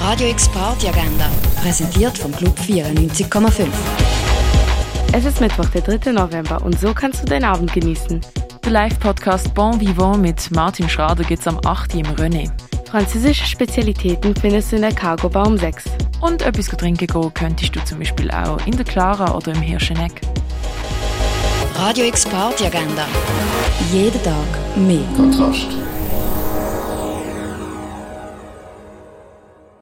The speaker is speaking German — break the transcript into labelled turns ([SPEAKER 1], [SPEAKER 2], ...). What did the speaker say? [SPEAKER 1] Radio X Party Agenda, präsentiert vom Club 94,5.
[SPEAKER 2] Es ist Mittwoch, der 3. November und so kannst du deinen Abend genießen.
[SPEAKER 3] Der Live-Podcast Bon Vivant mit Martin Schrader geht's am 8. Uhr im René.
[SPEAKER 2] Französische Spezialitäten findest du in der Cargo Bar um 6.
[SPEAKER 3] Und etwas trinken gehen könntest du zum Beispiel auch in der Clara oder im Hirscheneck.
[SPEAKER 1] Radio X Party Agenda. Jeden Tag mehr.
[SPEAKER 4] Kontrast.